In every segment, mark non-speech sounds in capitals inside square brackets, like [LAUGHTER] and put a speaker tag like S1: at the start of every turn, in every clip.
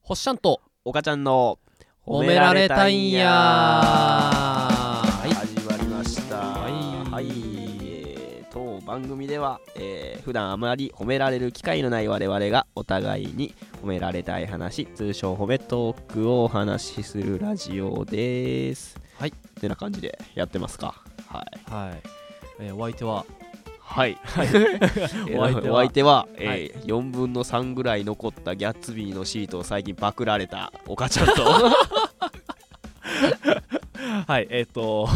S1: ほっしゃんと
S2: おかちゃんの
S1: 褒められたいんやはい
S2: 始まりました
S1: はい
S2: はい、えー当番組では、えー普段あまり褒められる機会のない我々がお互いに褒められたい話通称褒めトークをお話しするラジオです
S1: はい
S2: てな感じでやってますかはい
S1: はい、えーお相手
S2: [LAUGHS]
S1: は
S2: はい、お
S1: お相
S2: 相
S1: 手
S2: 手
S1: は
S2: はえ
S1: は
S2: ー4分の3ぐらい残ったギャッツビーのシートを最近パクられたおかちゃんと
S3: はい、えっ、
S1: [LAUGHS]
S3: と、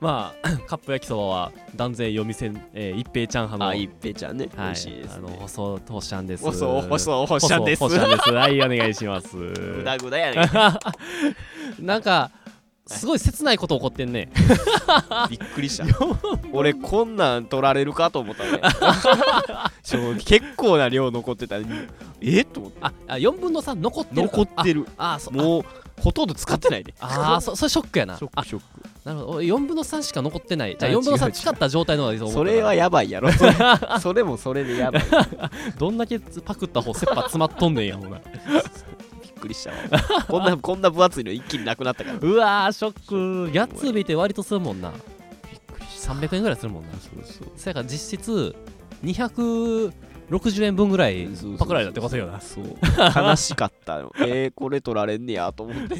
S3: ま
S1: [COUGHS]
S3: あ、カップ焼きそばは断然夜店、えー、一平ちゃん派の。
S2: [LAUGHS] あいっぺちゃんね、美
S3: はい、
S2: 味しいです、
S3: あの、
S2: ね、
S3: 細、としゃんです。
S2: 細細
S3: 細
S2: 細細ゃんです
S3: ほ
S2: [LAUGHS]
S3: しゃんです。はい、お願いします。
S2: ぐだぐだやね
S1: なんかすごい切ないこと起こってんね
S2: [LAUGHS] びっくりした俺こんなん取られるかと思った [LAUGHS] ね正直結構な量残ってたねえと思って
S1: ああ4分の3残ってるか
S2: 残って [LAUGHS] る
S1: ああーそあ
S2: もうほとんど使ってないで
S1: あーそそれショックやな
S2: ショッ
S1: あ
S2: クショック
S1: なるほど俺4分の3しか残ってないじゃあ
S2: 違う
S1: 4分の
S2: 違
S1: 3
S2: う
S1: 使った状態の方がいいと思う
S2: それはやばいや [LAUGHS] ろそれそれもそれでやばい
S3: どんだけパクった方、切羽詰まっとんねんや、ほな。
S2: びっくりしたわこん [LAUGHS] なこんな分厚いの一気になくなったから
S3: うわー、ショック。
S1: ギャッツビーって割とするもんな
S2: びっくりし
S1: 300円ぐらいするもんな
S2: そうそう
S1: そやから実質260円分ぐらい
S2: そう
S3: パクられたってことよな
S2: そう悲しかったよえー、これ取られんねやと思 [LAUGHS] って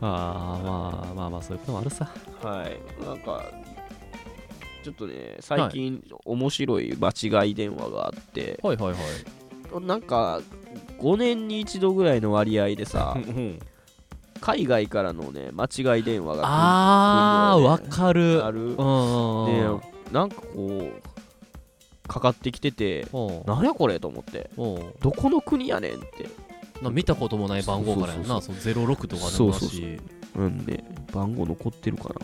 S3: あー、まあまあまあ、そういうこともあるさ。
S2: はいなんかちょっとね最近、面白い間違い電話があって
S1: はいはいはい
S2: なんか5年に一度ぐらいの割合でさ
S3: うん
S2: 海外からのね間違い電話が
S1: あーわかる
S2: 来るある
S1: うんうんうん
S2: でなんかこうかかってきてて
S1: おう
S2: なんやこれと思って
S1: おう
S2: どこの国やねんって
S1: な見たこともない番号からやんなそ
S2: そ
S1: の06とかで
S2: そ
S1: も
S2: う
S1: な
S2: そうそう
S1: し
S2: うんで番号残ってるか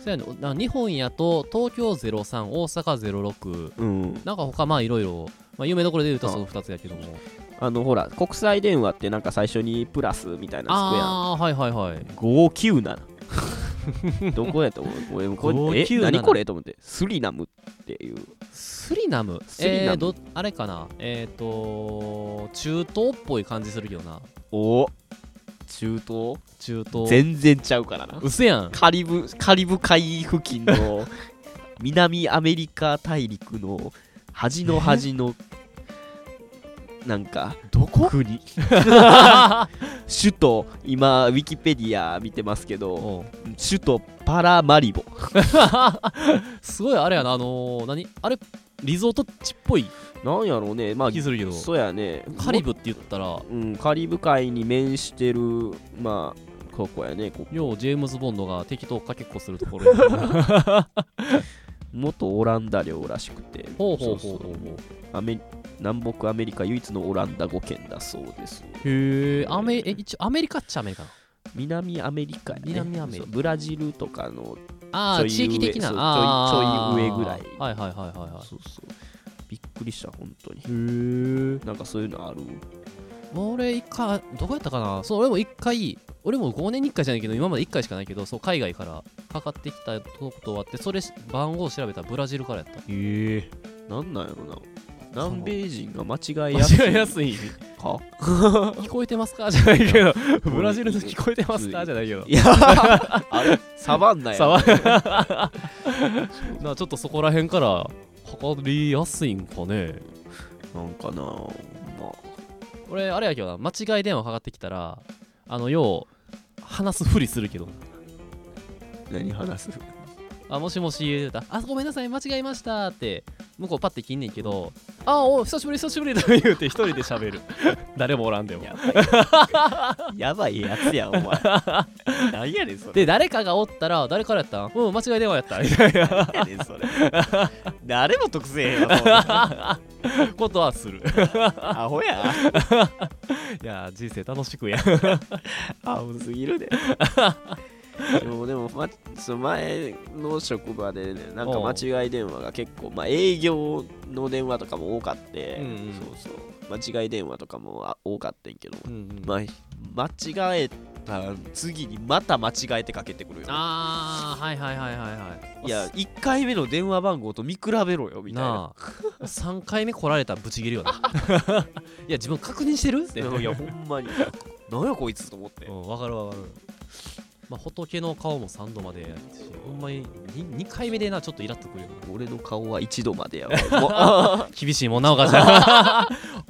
S1: そうやねな日本やと東京03大阪06
S2: なうん
S1: なんか他まあいろいろまあ有名どころで言うと
S2: うん
S1: その2つやけども
S2: あのほら国際電話ってなんか最初にプラスみたいなのつくやん
S1: ああーはいはいはい
S2: [LAUGHS] 597どこやと思う俺もこれえ
S1: 597
S2: 何これと思ってスリナムっていう
S1: スリナム
S2: スリ
S1: え
S2: ナム
S1: ーどあれかなえっ、と中東っぽい感じするけどな
S2: お中東
S1: 中東
S2: 全然ちゃうからな
S1: うせやん
S2: カリブカリブ海付近
S1: [LAUGHS]
S2: の南アメリカ大陸の端の端のなんか
S3: どこ
S1: [LAUGHS]
S2: 国首都今ウィキペディア見てますけど
S1: おう
S2: 首都パラマリボ
S1: すごいあれやなあのー、何あれリゾート地っぽい
S2: なんやろうねま
S3: 気
S2: あ
S3: するけど。
S2: そうやね
S1: カリブって言ったら
S2: うん、カリブ海に面してる、まあ、ここやね、こ
S1: ようジェームズ・ボンドが敵とかけっこするところや
S2: [LAUGHS]
S1: な
S2: 元オランダ領らしくて、
S1: ほうほうほうほう
S2: そうそうアメ南北アメリカ唯一のオランダ語圏だそうです。
S1: へえアメえ一応アメリカっちゃアメリカな
S2: 南アメリカやね、
S1: 南アメリカ
S2: そうブラジルとかの、
S1: あ
S2: ち
S1: あ
S2: ょい上
S1: 地域的な
S2: そう
S1: あー
S2: ちょいちょい上ぐらい
S1: はいはいはいはいはい
S2: そうそうびっくりした、本当に。
S1: へえ
S2: なんかそういうのある
S1: 俺一回どこやったかなそう俺も一回俺も5年に1回じゃないけど今まで1回しかないけどそう海外からかかってきたことがあってそれ番号を調べたらブラジルからやった
S3: ええ
S2: なんなんやろな。
S1: の
S2: 南米人が間違えやすい
S3: 間違いやすい。
S2: か
S1: 聞こえてますかじゃないけ
S3: け
S1: ど
S3: ど、
S1: [LAUGHS]
S3: ブラジルの聞こえてますかじゃないけど。
S2: いや、 [LAUGHS] あれ、サバンナや
S3: さわ
S1: [LAUGHS] なちょっとそこら辺から測りやすいんかね
S2: なんかな、まあ、
S1: 俺あれやけどな間違い電話かかってきたらあのよう話すふりするけど
S2: 何話す
S1: あもしもし言うたあごめんなさい間違えましたって向こうパッて切んねんけどあおう久しぶり久しぶりとか [LAUGHS] 言うて一人で喋る [LAUGHS] 誰もおらんでも
S2: やばい [LAUGHS] やばいやつやお前何やねんそれ
S1: で誰かがおったら誰からやったんうん間違い電話や [LAUGHS] ったみたい
S2: 何やねんそれ誰も得せえへんわそんな
S1: なことはする
S2: アホや
S1: いや人生楽しく [LAUGHS] や
S2: アホすぎ
S1: [LAUGHS]
S2: るででもでも、ま、その前の職場でねなんか
S1: おう
S2: 間違い電話が結構、まあ、営業の電話とかも多かって、
S1: うんうん
S2: そうそう間違い電話とかもあ多かってんけど、
S1: うんうん
S2: まあ、間違えあ次にまた間違えてかけてくるよ
S1: あーはいはいはいはいはい
S2: いや1回目の電話番号と見比べろよみたいな
S1: なあ3回目来られたらブチ切 [LAUGHS] るよないや自分確認してるって
S2: いやほんまに何やこいつと思って
S1: うん、わかるわかる。まあ、仏の顔も3度までやったし、ほんまに 2, 回目でな、ちょっとイラっとくるよな。
S2: 俺の顔は一度までや
S1: [LAUGHS]
S2: わもう
S1: 厳しいもんな、お母ちゃん。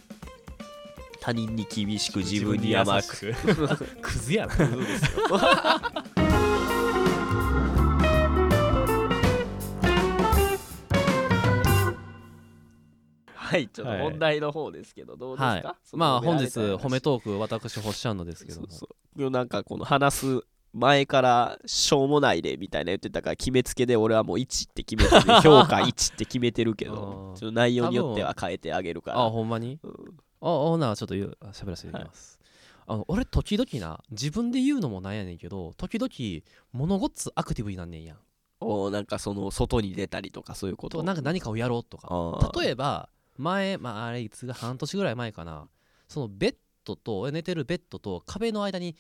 S2: 他人に厳しく自分に甘く
S3: くクズやな
S2: はいちょっと
S3: はい
S2: 問題の方ですけどどうですか、
S1: はい
S2: その
S1: まあ、
S2: 褒め
S1: 本
S2: ら
S1: 日、
S2: れたい話
S1: 褒めトーク、私、星ちゃんのですけど
S2: そ
S1: も
S2: う。そうなんかこの話す前からしょうもないでみたいな言ってたから決めつけで俺はもう1って決めてる評価1って決めてるけど
S1: あー
S2: [LAUGHS] その内容によっては変えてあげるから
S1: あ、ほんまに
S2: うん
S1: あ、あな、ちょっと言う、あ喋らせていただきます。あの俺、時々な、自分で言うのもなんやねんけど、時々、物ごっつアクティブになんねんやん。
S2: おなんかその外に出たりとかそういうこと
S1: と、なんか何かをやろうとか。例えば前、まあ、あれいつが半年ぐらい前かなそのベッドと寝てるベッドと壁の間に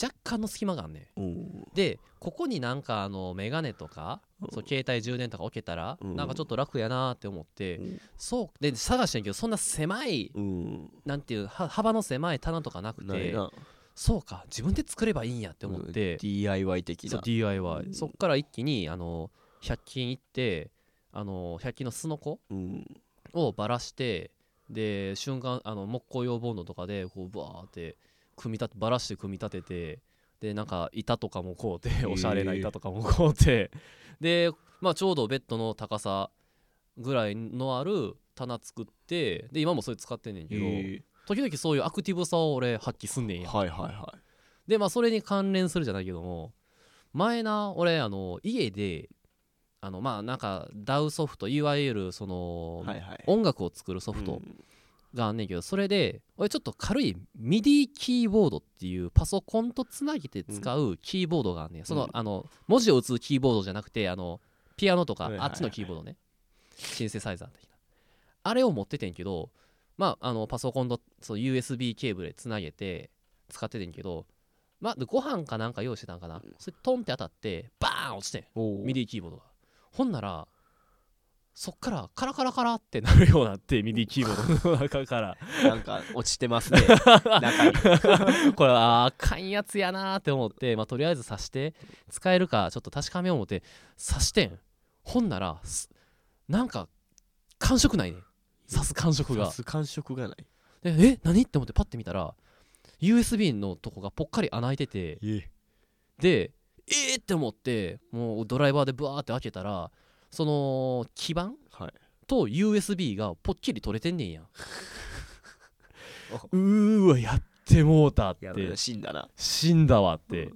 S1: 若干の隙間があんねん
S2: うん
S1: でここになんかあのメガネとか
S2: うん
S1: そう携帯充電とか置けたら
S2: うん
S1: なんかちょっと楽やなって思って
S2: うん
S1: そうで探してんけどそんな狭い
S2: うん
S1: なんていうは幅の狭い棚とかなく
S2: ない
S1: て
S2: な
S1: そうか自分で作ればいいんやって思っ
S2: うん
S1: て
S2: DIY 的
S1: そ
S2: な
S1: う DIY、
S2: うん
S1: そっから一気にあの100均行ってあの100均のすのこ
S2: うん
S1: をばらしてで瞬間あの木工用ボンドとかでこうバーって組み立てばらして組み立ててでなんか板とかもこうて、
S2: ー
S1: おしゃれな板とかもこうてで、まあ、ちょうどベッドの高さぐらいのある棚作ってで今もそれ使ってんねんけど、
S2: へ
S1: 時々そういうアクティブさを俺発揮すんねん
S2: ー
S1: や
S2: はいはいは
S1: でまあそれに関連するじゃないけども前な俺あの家であのまあなんか DAW ソフトいわゆるその、
S2: いはいはい
S1: 音楽を作るソフトがあんねんけど、それで俺ちょっと軽い MIDI キーボードっていうパソコンとつなげて使うキーボードがあんねん、その,、
S2: うん
S1: あの文字を打つキーボードじゃなくてあのピアノとか、
S2: はいはいはい
S1: あっちのキーボードねシンセサイザー的なあれを持っててんけどまああのパソコンとそう USB ケーブルでつなげて使っててんけどまあでご飯かなんか用意してたんかな、それトンって当たってバーン落ちてん
S2: おー
S1: [LAUGHS] ミディキーボードがほんならそっからカラカラカラってなるようになってミディキーボードの中から
S2: なんか落ち
S1: [LAUGHS]
S2: てますね中に
S1: これはあーあかんやつやなーって思って、まあ、とりあえず刺して使えるかちょっと確かめよう思って刺してんほんならすなんか感触ないね刺す感触
S2: 刺
S1: が
S2: す感触がない
S1: でえ何って思ってパッて見たら USB のとこがぽっかり穴開いててでえーって思ってもうドライバーでブワーって開けたらその基板
S2: はい
S1: と USB がぽっきり取れてんねんや [LAUGHS] ん
S2: お
S1: うーわやってもうたって
S2: やべえ死んだな
S1: 死んだわって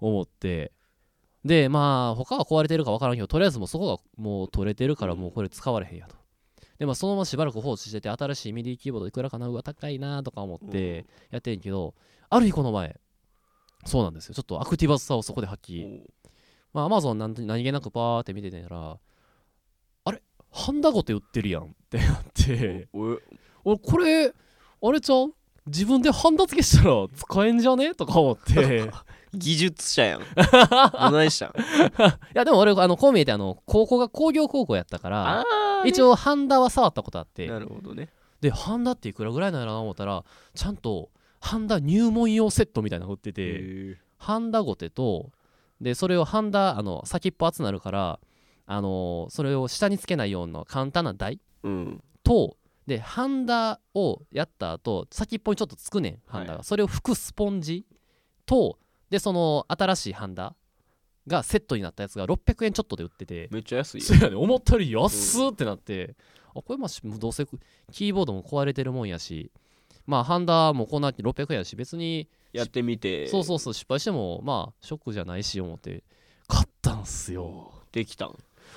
S1: 思って、でまあ他は壊れてるか分からんけどとりあえずもうそこがもう取れてるからもうこれ使われへんやと。でまあ、そのまましばらく放置してて新しいミディキーボードいくらかなうわ高いなとか思ってやってんけど、ある日この前そうなんですよちょっとアクティバスさをそこで発揮まあ、アマゾンなんて何気なくパーって見てたら、あれハンダゴテ売ってるやんってなって、
S2: おお
S1: 俺、これ、あれちゃう自分でハンダ付けしたら使えんじゃねとか思って。い
S2: 技術者
S1: [LAUGHS]
S2: やんどないしたん
S1: や、でも俺、あの、こう見えて、あの、高校が工業高校やったから、
S2: あ
S1: 一応ハンダは触ったことあって、
S2: なるほどね
S1: で、ハンダっていくらぐらいなんやろな思ったら、ちゃんと、ハンダ入門用セットみたいなの売ってて、ハンダゴテとでそれをハンダあの先っぽ厚なるからあのーそれを下につけないような簡単な台
S2: うん
S1: とでハンダをやった後先っぽにちょっとつくねんハンダが、それを拭くスポンジとでその新しいハンダがセットになったやつが600円ちょっとで売ってて
S2: めっちゃ安いよ
S1: そうやね思ったより安っってなって、あこれまあしどうせキーボードも壊れてるもんやしまあハンダもこんな600円やし別に
S2: やってみて
S1: そうそうそう失敗してもまあショックじゃないし思って買ったんすよ
S2: できたん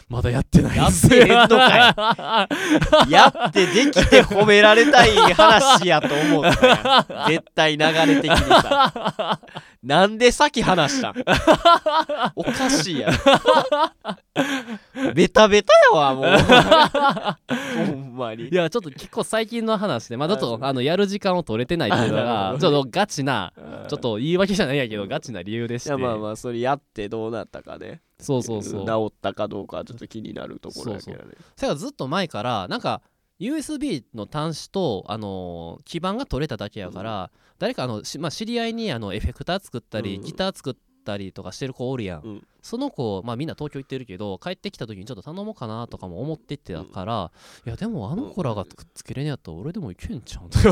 S1: まだやってないっす
S2: やってへんのか [LAUGHS] やってできて褒められたい話やと思う
S1: [LAUGHS]
S2: 絶対流れ的にさなんでさっき話したんおかし
S1: [LAUGHS]
S2: いやろベタベタや
S1: [LAUGHS]
S2: わもうほんまに
S1: いやちょっと結構最近の話でまあちょっとあのやる時間を取れてないっていうの
S2: [LAUGHS] なるほ
S1: が
S2: ど
S1: ちょっとガチなちょっと言い訳じゃないやけどガチな理由でし
S2: い
S1: て
S2: やまあまあそれやってどうなったかね
S1: そうそうそう
S2: 治ったかどうかはちょっと気になるところだけどね
S1: それがずっと前からなんか USB の端子と、あのー基板が取れただけやから、誰かあの、しまあ、知り合いにあのエフェクター作ったり、
S2: うん
S1: ギター作ったりとかしてる子おるやん、
S2: うん
S1: その子、まあ、みんな東京行ってるけど帰ってきた時にちょっと頼もうかなとかも思っててたから、いやでもあの子らがくっつけれねえやったら俺でもいけんち
S2: [LAUGHS]
S1: ゃうん浅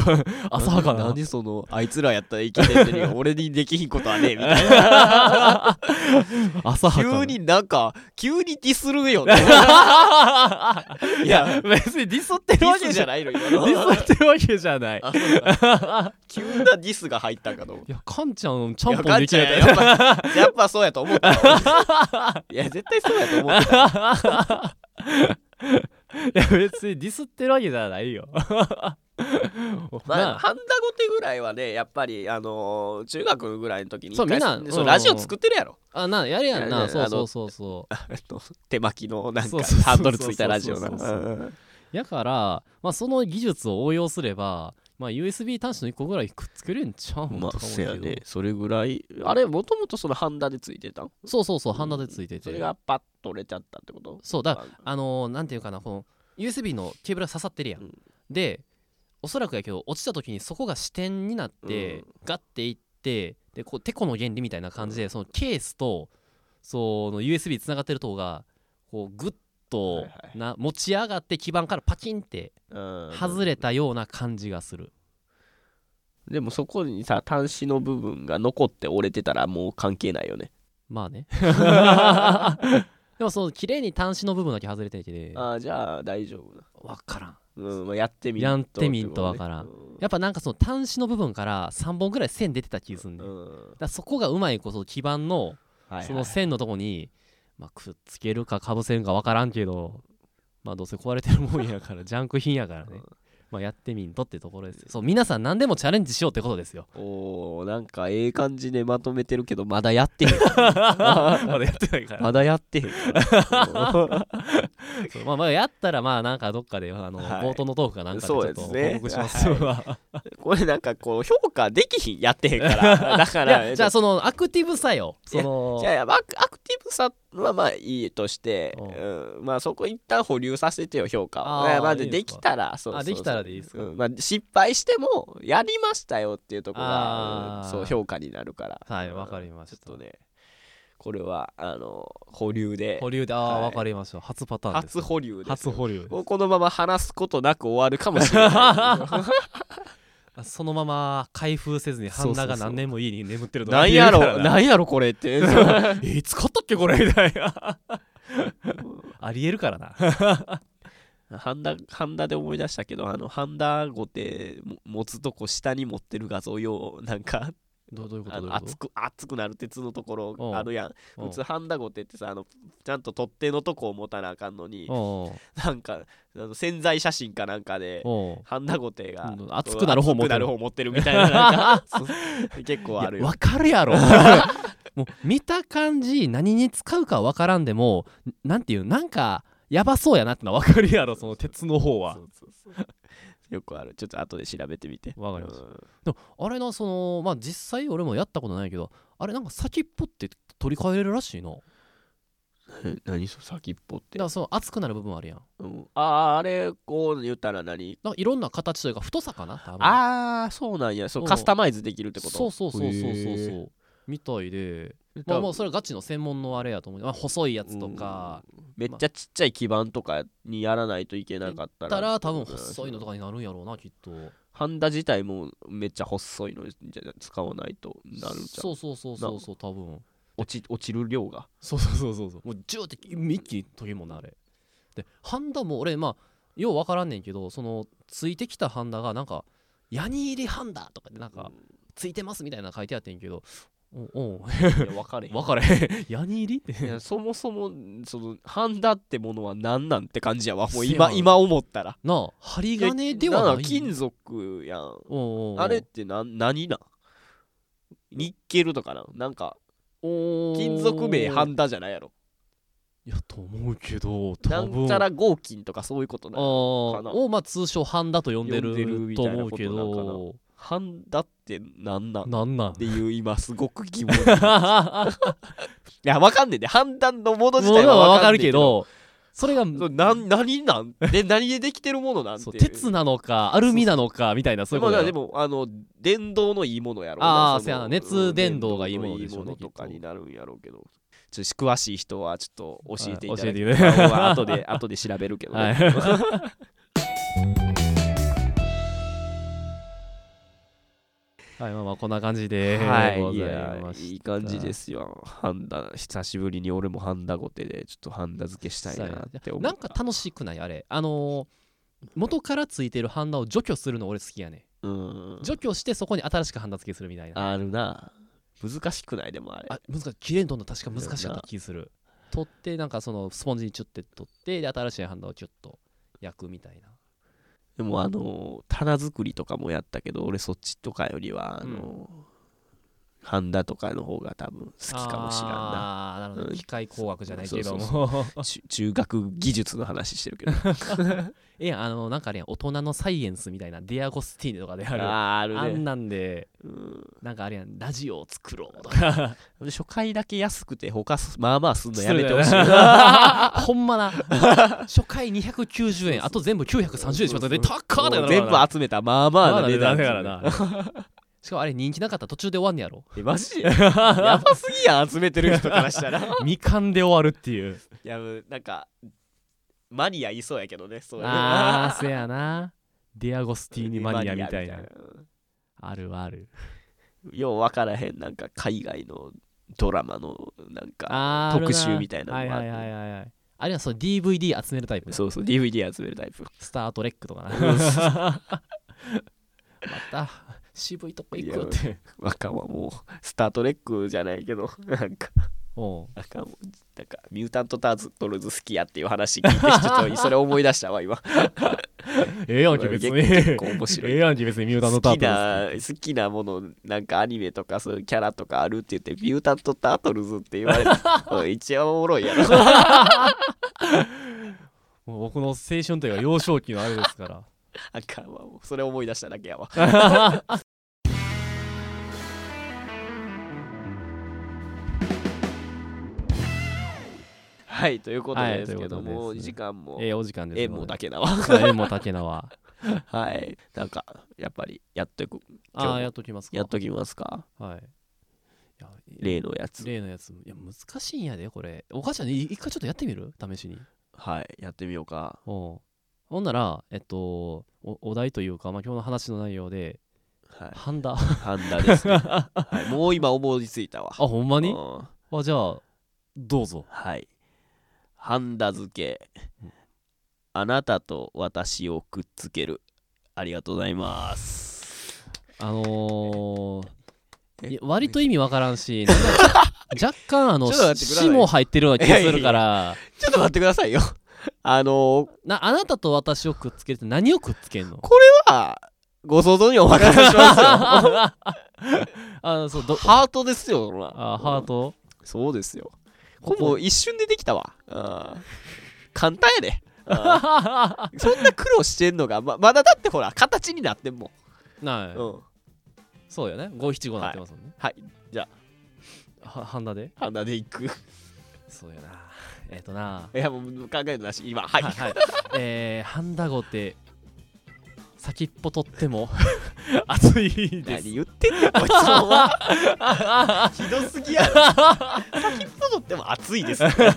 S1: はかな
S2: 何そのあいつらやったらいけてんのに俺にできひんことはねえみた
S1: [LAUGHS]
S2: いな
S1: 浅はかな
S2: 急になんか急にディスる
S1: [LAUGHS]
S2: よねいや
S1: 別にディスって
S2: デ
S1: る
S2: ィ
S1: わ
S2: ス
S1: け
S2: じ
S1: じ
S2: ゃ
S1: ゃない
S2: ないの今
S1: デ
S2: の
S1: ィスってるわけじゃない
S2: あそうだ急なディスが入ったんかと思っ
S1: いやカンちゃんち
S2: た
S1: ゃんぽんできない
S2: やガチややっぱやっぱそうやと思った [LAUGHS] わいや絶対そうやと思ってた
S1: [LAUGHS] いや別にディスってるわけじゃないよ
S2: ま
S1: な
S2: あ、
S1: あ
S2: ハンダゴテぐらいはねやっぱりあのー中学ぐらいの時に
S1: そう
S2: 一回
S1: みんな
S2: で
S1: うん
S2: そうラジオ作ってるやろ
S1: あなやるやん
S2: いや
S1: ない
S2: や
S1: そ
S2: あ
S1: うそ
S2: の
S1: うそうそう
S2: えっと [LAUGHS] 手巻きのなん
S1: そう
S2: か
S1: そうそうそう
S2: ハンドルついたラジオな
S1: そうそう
S2: う
S1: そうん
S2: うん
S1: やから、まあ、その技術を応用すれば、まあ、USB 端子の1個ぐらいくっつけるんちゃうん
S2: ま
S1: と
S2: あ
S1: か思う
S2: せ
S1: けど
S2: やねそれぐらいあれもともとそのハンダでついてたん
S1: そうそうそうハンダでついて
S2: そ
S1: て
S2: れがパッと折れちゃったってこと
S1: そうだあのーなんていうかなこの USB のケーブルが刺さってるやん、
S2: うん
S1: でおそらくやけど落ちた時にそこが支点になって、
S2: うん
S1: ガッていってでこうテコの原理みたいな感じで、そのケースとその USB つながってる塔がこうグッ
S2: は
S1: と
S2: いはい
S1: な持ち上がって基板からパキンって
S2: うん
S1: 外れたような感じがする、
S2: でもそこにさ端子の部分が残って折れてたらもう関係ないよね
S1: ま
S2: [LAUGHS]
S1: あねでもその綺麗に端子の部分だけ外れてて
S2: ああじゃあ大丈夫だ
S1: わからん
S2: うんまあやってみんと
S1: やってみんとわからん
S2: ってことね
S1: やっぱなんかその端子の部分から3本ぐらい線出てた気すんね
S2: うんんうん
S1: だからそこがうまいこそ基板の
S2: はいはい
S1: その線のとこに、まあ、くっつけるかかぶせるか分からんけどまあどうせ壊れてるもんやから
S2: [LAUGHS]
S1: ジャンク品やからね、まあ、やってみんとってところですよそう皆さん何でもチャレンジしようってことですよ
S2: おーなんかええ感じでまとめてるけどまだやってへん
S1: [LAUGHS] まだやってないか
S2: [LAUGHS] まだやってへんから
S1: そうまあまあやったらまあなんかどっかであの、
S2: はい
S1: 冒頭のトークかなんかでちょっと
S2: そう
S1: 報
S2: ですね
S1: 告しますわ [LAUGHS]
S2: [LAUGHS] これなんかこう評価できひんやってへ
S1: [LAUGHS]
S2: んからだか
S1: いや
S2: ら
S1: じゃあそのアクティブさよその
S2: じゃあアクアクティブさはまあいいとして、
S1: う
S2: うんまあそこ一旦保留させてよ評価を
S1: あー
S2: ねまあ
S1: いい
S2: で
S1: んです
S2: で
S1: か
S2: きたらそうそう
S1: あできたらでいいですか、
S2: うんまあ、失敗してもやりましたよっていうところが、
S1: あー
S2: うんそう評価になるから
S1: はいわかりま
S2: ち
S1: し
S2: ょったとねこれはあの保留で
S1: 保留でああ、
S2: はい
S1: わかりました初パターンです
S2: 初保留です
S1: 初保留です
S2: もうこのまま話すことなく終わるかもしれ
S1: [LAUGHS]
S2: ない
S1: あそのまま開封せずにハンダが何年も家に眠ってるとか
S2: なんや
S1: 言えるか
S2: ろ
S1: ら
S2: なんやろこれって
S1: [LAUGHS] えいつ買ったっけこれみたいなありえるからな
S2: ハンダハンダで思い出したけどあのハンダごても持つとこ下に持ってる画像用なんか
S1: どどういうこと
S2: あ
S1: どうい
S2: の
S1: うこと
S2: 熱く熱くなる鉄のとこ
S1: うん
S2: ろあるやん
S1: うん
S2: 普通ハンダゴテってさあのちゃんと取っ手のとこを持たなあかんのに
S1: おう
S2: なんかあの潜在写真かなんかで
S1: おう
S2: ハンダゴテが
S1: うん熱くなる方持ってる
S2: 熱くなる方持ってるみたいな
S1: [LAUGHS]
S2: なんかそう結構ある
S1: いや
S2: よ
S1: わかるや [LAUGHS] ろもう見た感じ何に使うかわからんでもなんていうなんかやばそうやなってのはわかるやろその鉄の方は
S2: そうそうそうよくあるちょっと後で調べてみて
S1: わかりました
S2: うん
S1: でもあれなそのまあ実際俺もやったことないけどあれなんか先っぽって取り替えれるらしいの
S2: え何その先っぽっ
S1: だ
S2: て
S1: からその熱くなる部分あるやんだか
S2: うんあーあれこう言ったら何
S1: らいろんな形というか太さかな多分
S2: ああそうなんやそううんカスタマイズできるってこと
S1: そうそうそうそうそう
S2: へ
S1: そうみたいで
S2: え
S1: まあまあそれはガチの専門のあれやと思う、まあ、細いやつとか
S2: めっちゃちっちゃい基板とかにやらないといけなかったら
S1: たら多分細いのとかになるんやろうなきっと
S2: ハンダ自体もめっちゃ細いのじゃ使わないとなるんじゃ
S1: そうそうそうそうそう多分
S2: ん落ち落ちる量が
S1: [LAUGHS] そうそうそうそうそうもうジューって一気に研ぎもんなあれでハンダも俺まあよう分からんねんけどそのついてきたハンダがなんか「ヤニ入りハンダ」とかでなんかついてますみたいなの書いてあってんけどおお
S2: いや分かれへん
S1: 分かれへん [LAUGHS] ヤニ入りって
S2: いやそもそもそのハンダってものは何なんって感じやわもう
S1: せや
S2: 今
S1: ん
S2: 今思ったら
S1: なあ針金では
S2: な
S1: なんい
S2: か金属やん
S1: おうおうおう
S2: あれってな何なんニッケルとかなんなんか
S1: おー
S2: 金属名ハンダじゃないやろ
S1: いやと思うけど
S2: な
S1: 多分
S2: んちゃら合金とかそういうこと
S1: あ
S2: な
S1: ー
S2: かな
S1: をまあ通称ハンダと呼んで
S2: 呼んでる
S1: る
S2: み
S1: と
S2: たいな
S1: 思
S2: こ
S1: う
S2: と
S1: け
S2: なんかな
S1: ど
S2: ハンダってなんなんっ
S1: なんなん [LAUGHS]
S2: ていう今すごく疑問いやわかんねえで判断のもの自
S1: も
S2: 体
S1: の
S2: は
S1: はわ
S2: わか
S1: か
S2: んね
S1: る
S2: えけ
S1: け
S2: ど
S1: どそれが
S2: そうな何なんで何でできてるものなんて
S1: そう鉄なのかアルミなのかみたいなそういうこ
S2: ま
S1: と
S2: あ
S1: だ
S2: でもあの電動のいいものやろう
S1: あー
S2: の
S1: せやな熱伝導がいいものでしょうね
S2: 電動のいいものとかになるんやろうけどちょっと詳しい人はちょっと教えていただ
S1: はい
S2: きた
S1: 教えてくれ
S2: い後で後で調べるけど、
S1: [LAUGHS]
S2: ね
S1: はいはいまあまあこんな感じで
S2: はい、
S1: ご
S2: い
S1: ざ
S2: や
S1: いました
S2: いい感じですよ。ハンダ、久しぶりに俺もハンダごてで、ちょっとハンダ付けしたいなって思う。
S1: なんか、楽しくないあれあのー元からついてるハンダを除去するの俺好きやね
S2: うん、
S1: 除去してそこに新しくハンダ付けするみたいな
S2: あるな。難しくないでもあれ。
S1: あ難しい綺麗に取るの確か難しかった気する取ってなんかそのスポンジにチュッて取ってで新しいハンダをキュッと焼くみたいな
S2: でも、あの、棚作りとかもやったけど、俺そっちとかよりは、あの、ハンダとかの方が多分好きかもしれんな。
S1: あーなるほど
S2: うん
S1: 機械工学じゃない
S2: そう
S1: け
S2: そ
S1: ど
S2: う
S1: も
S2: そ中中学技術の話してるけど。
S1: ええやんあのなんかあれやん大人のサイエンスみたいなディアゴスティーネとかで [LAUGHS] あるあ,、
S2: あーある
S1: ん
S2: ね。
S1: なんで
S2: うん
S1: なんかあれやんラジオを作ろうと
S2: [LAUGHS]
S1: か
S2: 初回だけ安くて、他すまあまあすんのやめてほしい。
S1: [LAUGHS] ほんまな初回290円あと全部930円しまったで高っだからな
S2: 全部集めた、まあまあな値段。
S1: だから [LAUGHS] なしかもあれ人気なかったら途中で終わんねやろ
S2: えマ [LAUGHS] ジやばすぎやん集めてる人からしたら [LAUGHS] い
S1: 未完で終わるっていう
S2: やもうなんかマニアいそうやけどねそういう [LAUGHS]
S1: あーせやなディアゴスティーニマニアみたいな
S2: マニ
S1: あるある
S2: よう分からへんなんか海外のドラマのなんか
S1: あー
S2: 特集みたいな
S1: は
S2: の
S1: い
S2: もあ
S1: は
S2: る
S1: いはいはいはいあれはその DVD 集めるタイプ
S2: そうそう DVD 集めるタイプ
S1: スタートレックとかなまた渋いとこ行くって
S2: 若はもうスター・トレックじゃないけどなんか
S1: おう
S2: なんかもうなんかミュータント・ターズトルズ好きやっていう話聞いてちょっとそれ思い出したわ [LAUGHS] 今
S1: ええやんけ別に
S2: 結構面白い
S1: ええやんけ別にミュータント
S2: 好
S1: ター
S2: き
S1: トルズ
S2: な好きなものなんかアニメとかそういうキャラとかあるって言ってミュータント・タートルズって言わ
S1: [LAUGHS]
S2: れておい一応おもろいやろ [LAUGHS]
S1: もう僕の青春というか幼少期のあれですから
S2: [LAUGHS] あかんわもうそれ思い出しただけやわ [LAUGHS] はいということ
S1: はい
S2: ですけども、
S1: ということです
S2: 時間も
S1: ええお時間です
S2: えもうだけだわ
S1: けえも竹菜は
S2: はいなんかやっぱりやっとく
S1: ああやっときますか
S2: やっときますか
S1: はいいや
S2: 例のやつ
S1: 例のやついや難しいんやでこれお母ちゃんねい一回ちょっとやってみる試しに
S2: はいやってみようか
S1: おうほんならえっとおお題というか、まあ、今日の話の内容で
S2: はい
S1: ハ
S2: [LAUGHS]
S1: ンダあ
S2: ハンダですね、はい、もう今思いついたわ
S1: ほんまに
S2: うん
S1: あじゃあどうぞ
S2: はいハンダ付けあなたと私をくっつけるありがとうございます
S1: あのー
S2: え
S1: いや割と意味わからんしなんか若干あの
S2: ちょっと待ってください
S1: 死も入ってるような気がするから
S2: ちょっと待ってくださいよ [LAUGHS] あのー
S1: なあなたと私をくっつけるって何をくっつけん [LAUGHS] の
S2: まあご想像にお任せしますよ
S1: [LAUGHS] あそうど
S2: ハートですよほら
S1: あハート
S2: そうですよ
S1: こ
S2: こ
S1: こ
S2: こ一瞬でできたわあー簡単やであーそんな苦労してんのがままだだってほら形になってんも、
S1: [LAUGHS] なんい、
S2: うん、
S1: そうよね五七五になってますもんね
S2: はいじゃ
S1: はハンダで
S2: ハンダでいくい
S1: そうやな [LAUGHS] えっ、とな
S2: やもう考えるなし今はい、
S1: はい、はい、えー、ハンダゴって先っぽ取っても [LAUGHS] 熱いです
S2: 何言ってんのこいつ [LAUGHS] はひどすぎやろ先っぽ取っても熱いですねひど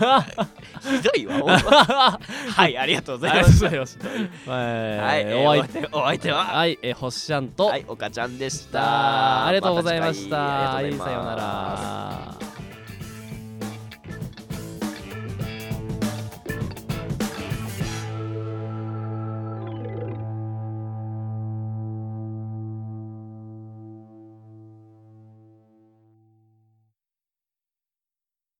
S2: いわほんま [LAUGHS] はいありがとうござ
S1: あ
S2: い
S1: りが
S2: ま
S1: とうご
S2: す
S1: ざいますは
S2: はいい、
S1: え
S2: え
S1: ー
S2: ー
S1: お
S2: お
S1: 相
S2: 相手お相手
S1: 手
S2: は
S1: ははいえーほっしゃんと、
S2: はい岡ちゃんでし
S1: あ
S2: た
S1: ーありがとうございました
S2: た次回ありがとうござい
S1: はいさよう
S2: ま
S1: な
S2: す
S1: ら